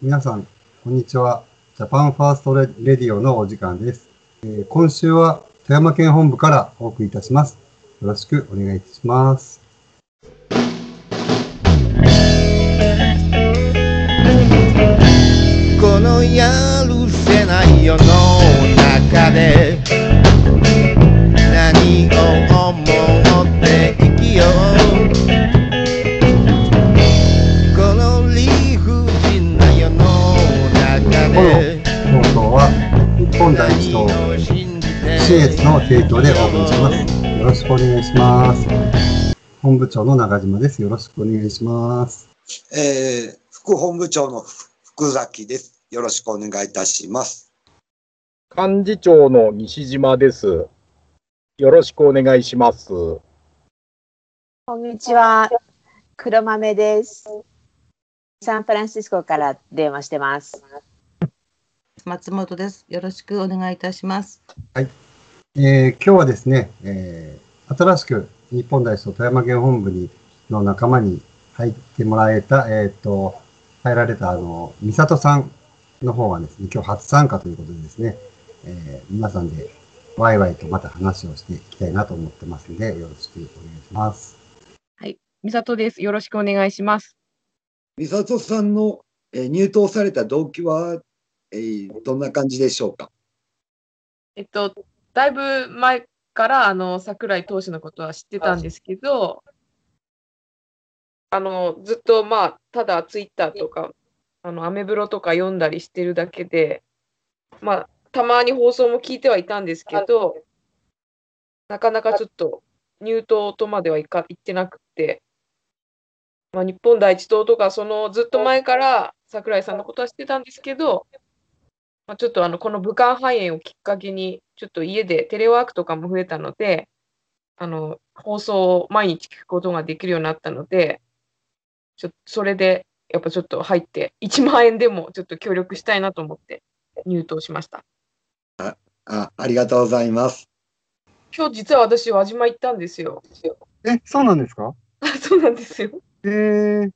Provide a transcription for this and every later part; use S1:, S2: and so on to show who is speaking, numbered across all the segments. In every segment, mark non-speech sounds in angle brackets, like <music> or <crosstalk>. S1: 皆さん、こんにちは。ジャパンファーストレディオのお時間です。えー今週は富山県本部からお送りいたします。よろしくお願いいたします。
S2: このやるせない世の中で何を思って生きようこの理不尽な世の中
S1: この
S2: で
S1: 放送は、日本第一
S2: 何
S1: 党
S2: を信じて
S1: 支援の提供でお送りします。よろしくお願いします。本部長の長島です。よろしくお願いします。
S3: えー副本部長の福崎です。よろしくお願いいたします。
S4: 幹事長の西島です。よろしくお願いします。よ
S5: こんにちは。黒豆です。サンフランシスコから電話してます。
S6: 松本です。よろしくお願いいたします。
S1: えー今日はですね、えー新しく日本大使と富山県本部にの仲間に入ってもらえた、えっ、と、入られた、あの、美里さんの方がですね、今日初参加ということでですね、えー皆さんでワイワイとまた話をしていきたいなと思ってますので、よろしくお願いします。
S7: みさとです。よろしくお願いします。
S3: 美里さんの、えー入党された動機は、えーどんな感じでしょうか。
S7: えっと、だいぶ前から、あの、桜井投手のことは知ってたんですけど、あの、ずっと、まあ、ただツイッターとか、あの、アメブロとか読んだりしてるだけで、まあ、たまに放送も聞いてはいたんですけど、なかなかちょっと入党とまではいか行ってなくて、まあ、日本第一党とか、そのずっと前から桜井さんのことは知ってたんですけど、まあ、ちょっとあのこの武漢肺炎をきっかけに、ちょっと家でテレワークとかも増えたので、あの放送を毎日聞くことができるようになったので、ちょそれでやっぱちょっと入って、1万円でもちょっと協力したいなと思って入党しました。
S3: あありがとうございます。
S7: 今日実は私、輪島行ったんですよ。
S1: え、そうなんですか
S7: あ <laughs> そうなんですよ。
S1: えー、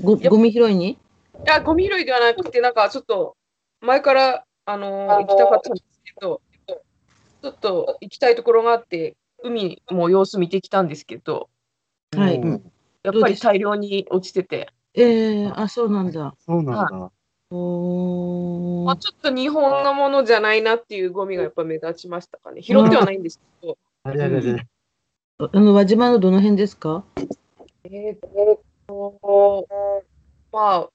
S6: ごゴミ拾いに
S7: いや、ゴミ拾いではなくて、なんかちょっと、前から、あのー行きたかったんですけど、ちょっと行きたいところがあって、海も様子見てきたんですけど、
S6: はい
S1: うん
S7: やっ
S6: どう
S7: ぱ
S6: で
S7: り
S6: し
S7: 大量に落ちてて、
S6: ええあ、そうなんだ。
S1: そうなんだ。
S6: お
S7: まあ、
S6: ー
S7: ちょっと日本のものじゃないなっていうゴミがやっぱ目立ちましたかね。拾ってはないんですけど、
S1: あれあれあれ。
S6: あの輪島のどの辺ですか？
S7: えーっと、まあ、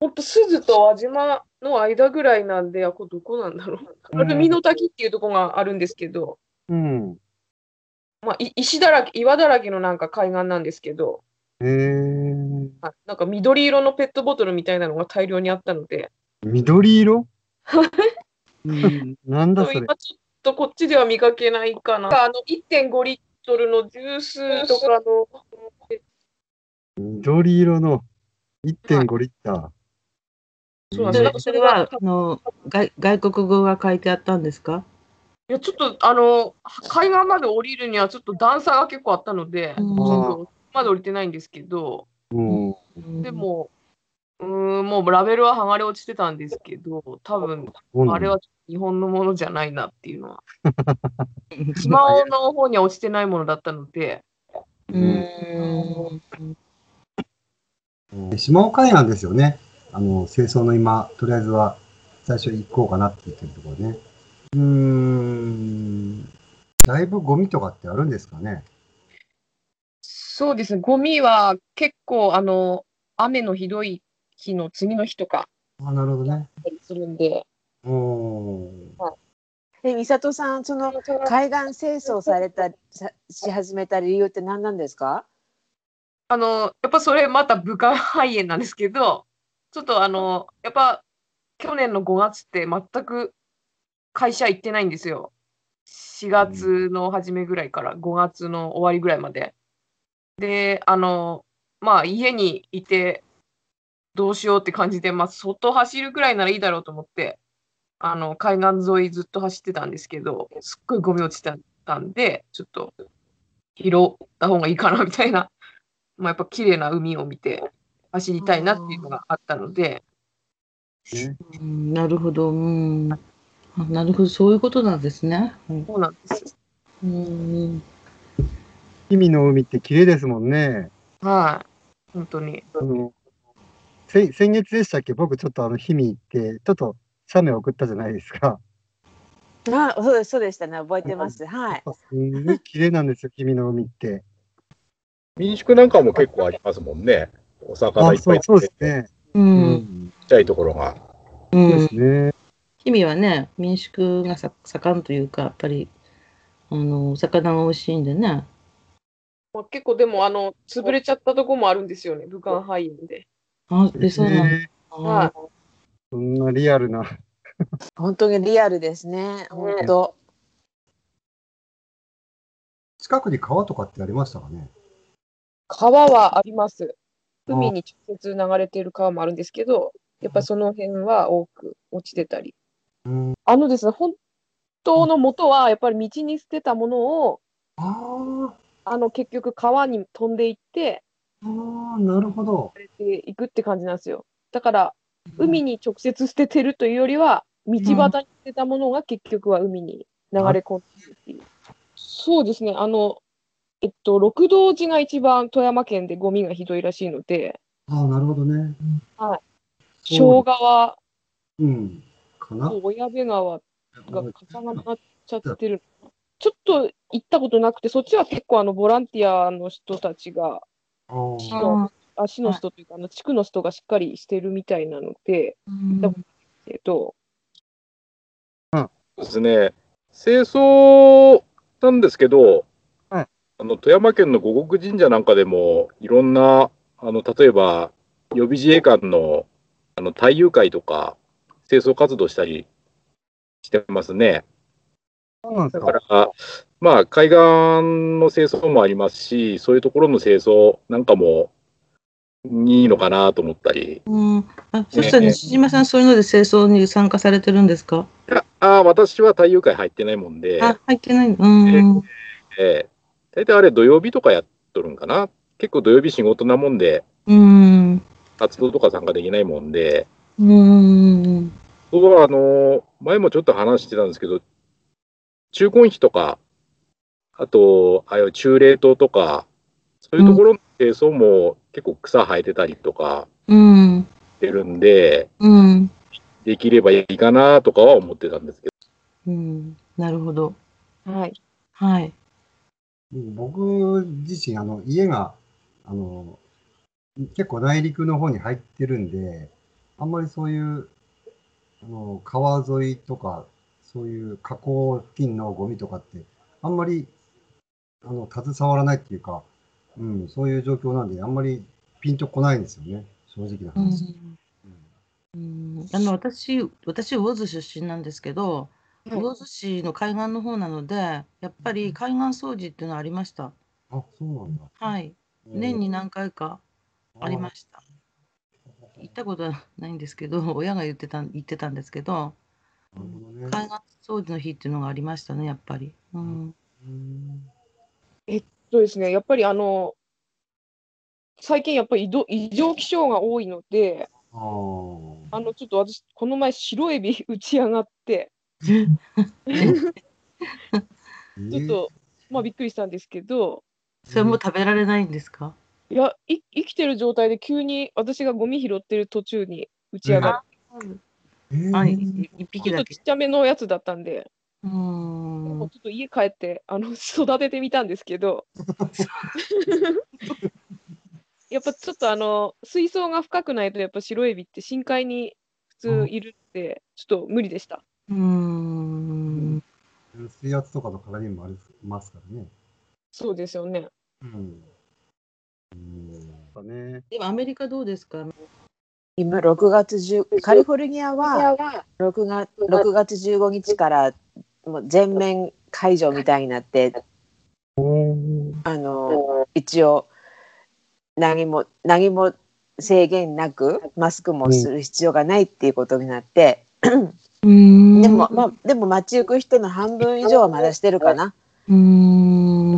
S7: ほんと、鈴と輪島の間ぐらいなんで、あ、これどこなんだろう。アルミの滝っていうところがあるんですけど、
S1: うん。
S7: まあ、い石だらけ、岩だらけのなんか海岸なんですけど、
S1: えー、
S7: あなんか緑色のペットボトルみたいなのが大量にあったので、
S1: 緑色うんなんだそれ。
S7: 今ちょっとこっちでは見かけないかな。あの1.5リットルのジュースとかの、
S1: 緑色の1.5リッター。
S7: そうなん
S6: そ
S7: です
S6: れ
S7: よ
S6: それはあの外外国語が書いてあったんですか？
S7: いやちょっとあの海岸まで降りるにはちょっと段差が結構あったので、ち
S6: うん
S7: ょっとまで降りてないんですけど、
S1: うん
S7: でも、うーん、もうラベルは剥がれ落ちてたんですけど、多分
S1: そうなんだ
S7: あれは日本のものじゃないなってい
S1: <laughs>
S7: うのは。島尾の方には落ちてないものだったので、
S6: うんう
S1: う
S6: ん
S1: ん島尾海岸ですよね。あの、清掃の今、とりあえずは最初行こうかなって言ってるところね。うーん。だいぶゴミとかってあるんですかね。
S7: そうですね、ゴミは結構、あの、雨のひどい日の次の日とか
S1: あ、なるほどね。
S7: するんで、
S1: おー
S5: で、美里さん、その海岸清掃された、さし始めた理由って何なんですか。
S7: あの、やっぱそれまた武漢肺炎なんですけど、ちょっとあの、やっぱ去年の5月って全く会社行ってないんですよ。4月の初めぐらいから5月の終わりぐらいまで。で、あの、まあ家にいてどうしようって感じで、まあ外走るくらいならいいだろうと思って、あの、海岸沿いずっと走ってたんですけど、すっごいゴミ落ちてたんで、ちょっと拾った方がいいかなみたいなまあ、やっぱ綺麗な海を見て、走りたいなっていうのがあったので、
S6: うんなるほど。うん。あなるほど、そういうことなんですね。はい
S7: そうなんです。
S6: うん。
S1: 氷見の海って綺麗ですもんね。
S7: はい。本当に。
S1: あのせ先月でしたっけ、僕ちょっとあの氷見行って、ちょっと写メ送ったじゃないですか。
S5: あそうですそうでしたね覚えてますはい
S1: すんごい綺麗なんですよ、氷見の海って。
S4: 民宿なんかも結構ありますもんね。お魚
S1: あ
S4: いっ
S1: そ
S4: ぱ
S1: う
S4: い
S1: そう
S4: 釣
S1: です
S4: れて、ち
S1: ね。
S4: っ
S6: う。。
S1: うん
S4: ちゃいところが。
S6: う
S1: そうんですね。
S6: 氷見はね、民宿がさ盛んというか、やっぱり、あの、お魚が美味しいんでね。
S7: まあ、結構でも、あの、潰れちゃったとこもあるんですよね、武漢肺炎で。
S6: あ、で、そうなんだ。
S1: ね
S7: は
S1: そんなリアルな。
S5: 本当にリアルですね本当
S1: 近くに川とかってありましたかね。
S7: 川はあります。
S1: あ
S7: 海に直接流れている川もあるんですけど、やっぱその辺は多く落ちてたり。
S1: うん、
S7: あのですね、本当の元は、やっぱり道に捨てたものを、
S1: あー
S7: あの、結局川に飛んでいって、
S1: あー、なるほど。
S7: 流れていくって感じなんですよ。だから、海に直接捨ててるというよりは、道端に捨てたものが結局は海に流れ込んでるっていう。そうですね、あの、えっと、六道寺が一番富山県でゴミがひどいらしいので、
S1: ああ、なるほどね。
S7: はい
S1: そ
S7: 庄
S1: う。
S7: 川、
S1: うん。かな。
S7: 小矢部川が重なっちゃってる。ちょっと行ったことなくて、そっちは結構あのボランティアの人たちが、
S1: あー
S7: 市
S6: あ
S7: の
S6: ー
S7: あ市の人というか、あの地区の人がしっかりしてるみたいなので、
S6: うん
S7: でもえっと、
S4: そうですね。清掃なんですけど、
S1: はい
S4: あの富山県の五穀神社なんかでもいろんなあの例えば予備自衛官のあの対遊会とか清掃活動したりしてますね。
S1: そうなんです
S4: だ
S1: か。
S4: からまあ海岸の清掃もありますし、そういうところの清掃なんかもいいのかなと思ったり。
S6: うん、あそしたら西島さん、そういうので清掃に参加されてるんですか、
S4: いやあー私は対遊会入ってないもんで。
S6: あ、入ってないうん。
S4: えー大体あれ土曜日とかやっとるんかな。結構土曜日仕事なもんで、
S6: うん。
S4: 活動とか参加できないもんで、
S6: うん。
S4: 僕はあのー前もちょっと話してたんですけど、中婚費とか、あと、ああいう中冷凍とか、そういうところの清掃も結構草生えてたりとか
S6: うん。
S4: してるんで、
S6: うん。
S4: できればいいかなとかは思ってたんですけ
S6: うん。なるほど。
S7: はい。
S6: はい。
S1: うん僕自身、あの、家が、あの、結構内陸の方に入ってるんで、あんまりそういう、あの、川沿いとか、そういう河口付近のゴミとかって、あんまり、あの、携わらないっていうか、うん、そういう状況なんで、あんまりピンとこないんですよね、正直な話。
S6: うん、あの私、私、魚津出身なんですけど、
S7: はい
S6: 魚津市の海岸の方なので、やっぱり海岸掃除っていうのはありました。
S1: あ、そうなんだ。
S6: はい。年に何回かありま
S1: し
S6: した。行ったことはないんですけど、 <laughs> 親が言ってた言ってたんですけど、
S1: た。なるほどね。
S6: 海岸掃除の日っていうのがありましたね、やっぱり。うん。
S1: うん
S7: そうですね、やっぱりあの、最近やっぱり異動異常気象が多いので、
S1: あー
S7: あの、ちょっと私、この前、白エビ <laughs> 打ち上がって、ちょっと、まあ、びっくりしたんですけど、
S6: それもう食べられないんですか
S7: いや、い生きてる状態で急に私がゴミ拾ってる途中に打ち上がっ
S1: えー
S6: あ、いい一匹
S7: て、ち
S6: だ
S7: ょっと
S6: け
S7: ちっ。ちゃめのやつだったんで、
S6: うーん
S7: もう。ちょっと家帰ってあの <laughs> 育ててみたんですけどやっぱちょっとあの水槽が深くないとやっぱ白エビって深海に普通いるってちょっと無理でした。
S6: うーん。
S1: 水圧とかの絡みもありますからね。
S7: そうですよね。
S1: うん。うん。ね。
S6: でもアメリカどうですか
S5: 今6月10カリフォルニアは6月 ,6 月15日からもう全面解除みたいになってあの一応何も何も制限なくマスクもする必要がないっていうことになって、
S6: うん
S5: でも、まあ、でも街行く人の半分以上はまだしてるかな。
S6: うーん。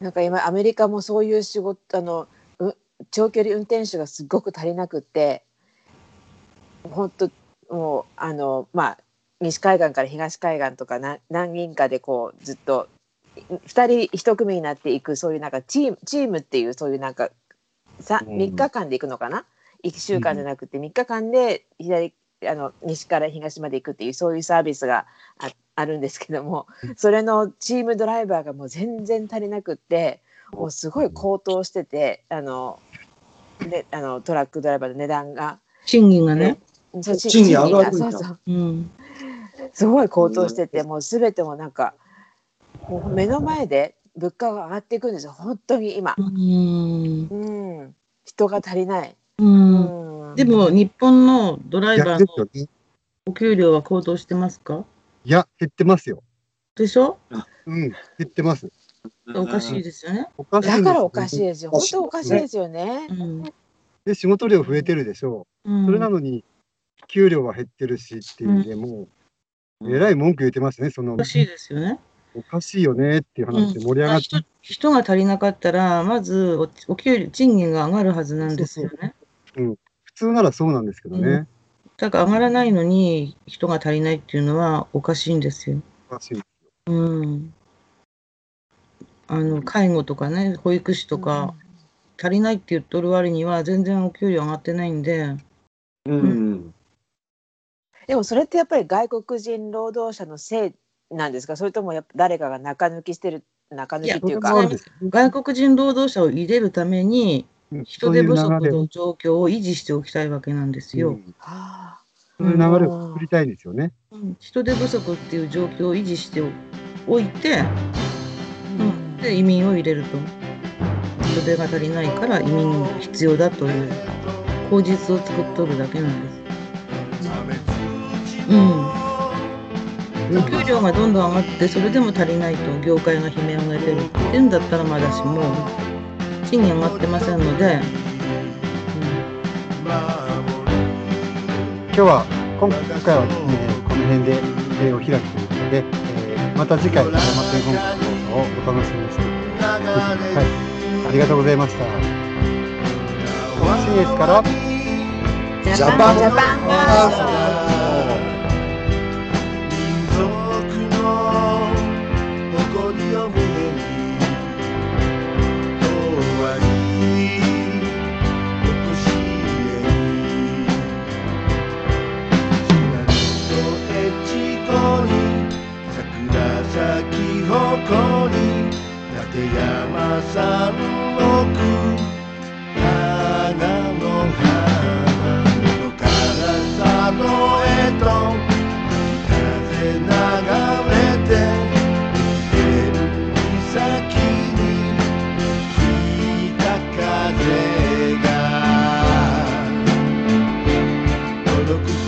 S5: なんか今アメリカもそういう仕事あのう長距離運転手がすごく足りなくって本当もうあのまあ西海岸から東海岸とかな何人かでこうずっと2人1組になっていくそういうなんかチームチームっていうそういうなんか 3,
S3: うん
S5: 日間で行くのかな、1週間じゃなくて3日間で左あの西から東まで行くっていうそういうサービスがああるんですけどもそれのチームドライバーがもう全然足りなくってもうすごい高騰しててあのであのトラックドライバーの値段が。
S6: 賃金がね。
S5: そう
S3: 賃金上がるんだ
S5: そうそう
S6: うん。
S5: すごい高騰してて、もうすべてもなんか、もう目の前で物価が上がっていくんですよ、本当に今
S6: う。ん。
S5: うん、人が足りない。
S6: うん。
S5: うん
S6: で、も、日本のドライバ
S1: 逆
S6: ー
S1: です
S6: の
S1: よね。
S6: お給料は高騰してますか
S1: いや、減ってますよ。
S6: でしょ
S1: うん、減ってます。
S6: おかしい
S3: い。
S6: ですよね。
S1: おかしいんです
S5: だ
S1: よ
S5: からおかしいですよ、
S3: お
S5: 本
S3: かしい
S5: 当おかしいですよね
S6: う。ん。
S1: で、仕事量増えてるでしょう。それな
S6: の
S1: のに、給料は減ってるしっていうで、もう、えらい文句言ってますね。その
S6: お、かしいですよね。
S1: おかしいよねっていう話で盛り上がって。
S6: 人人が足りなかったら、まずおお給料、賃金が上がるはずなんですよね。
S1: 普通ならそうなんですけどね。
S6: だから上がらないのに人が足りないっていうのはおかしいんですよ。
S1: おかしい。
S6: うん。あの介護とかね、保育士とか、足りないって言っとる割には全然お給料上がってないんで、
S3: うん。
S5: でもそれってやっぱり外国人労働者のせいなんですか、それともやっぱ誰かが中抜きしてる、中抜きっていう
S1: いやそれもあ
S5: か
S1: る。
S6: 外国人労働者を入れるために
S1: うん
S6: 人手不足
S1: そういう流れを
S6: の状況を維持しておきたいわけなんです
S1: う
S6: よ。
S1: ん
S5: はあ
S1: そういう流れを作りたいんですよね。
S6: うん人手不足っていう状況を維持しておいて、うん、で移民を入れると人手が足りないから移民が必要だという口実を作っとるだけなんです。うん、お給料がどんどん上がってそれでも足りないと業界が悲鳴を上げてるっていうんだったらまだしも賃金上がってませんので、
S1: 今日は今回は、えーこの辺で、えーお開きということで、えーまた次回富山県本部の放送をお楽しみにしてください、はい、ありがとうございました新越から
S3: ジャパン
S5: ジャパン
S3: パーソナー
S2: 民族の誇りを胸に永遠にとしえにひらりと越後に桜咲き誇り立山山麓花の花の唐沢へと風流れて指先に吹いた風が届く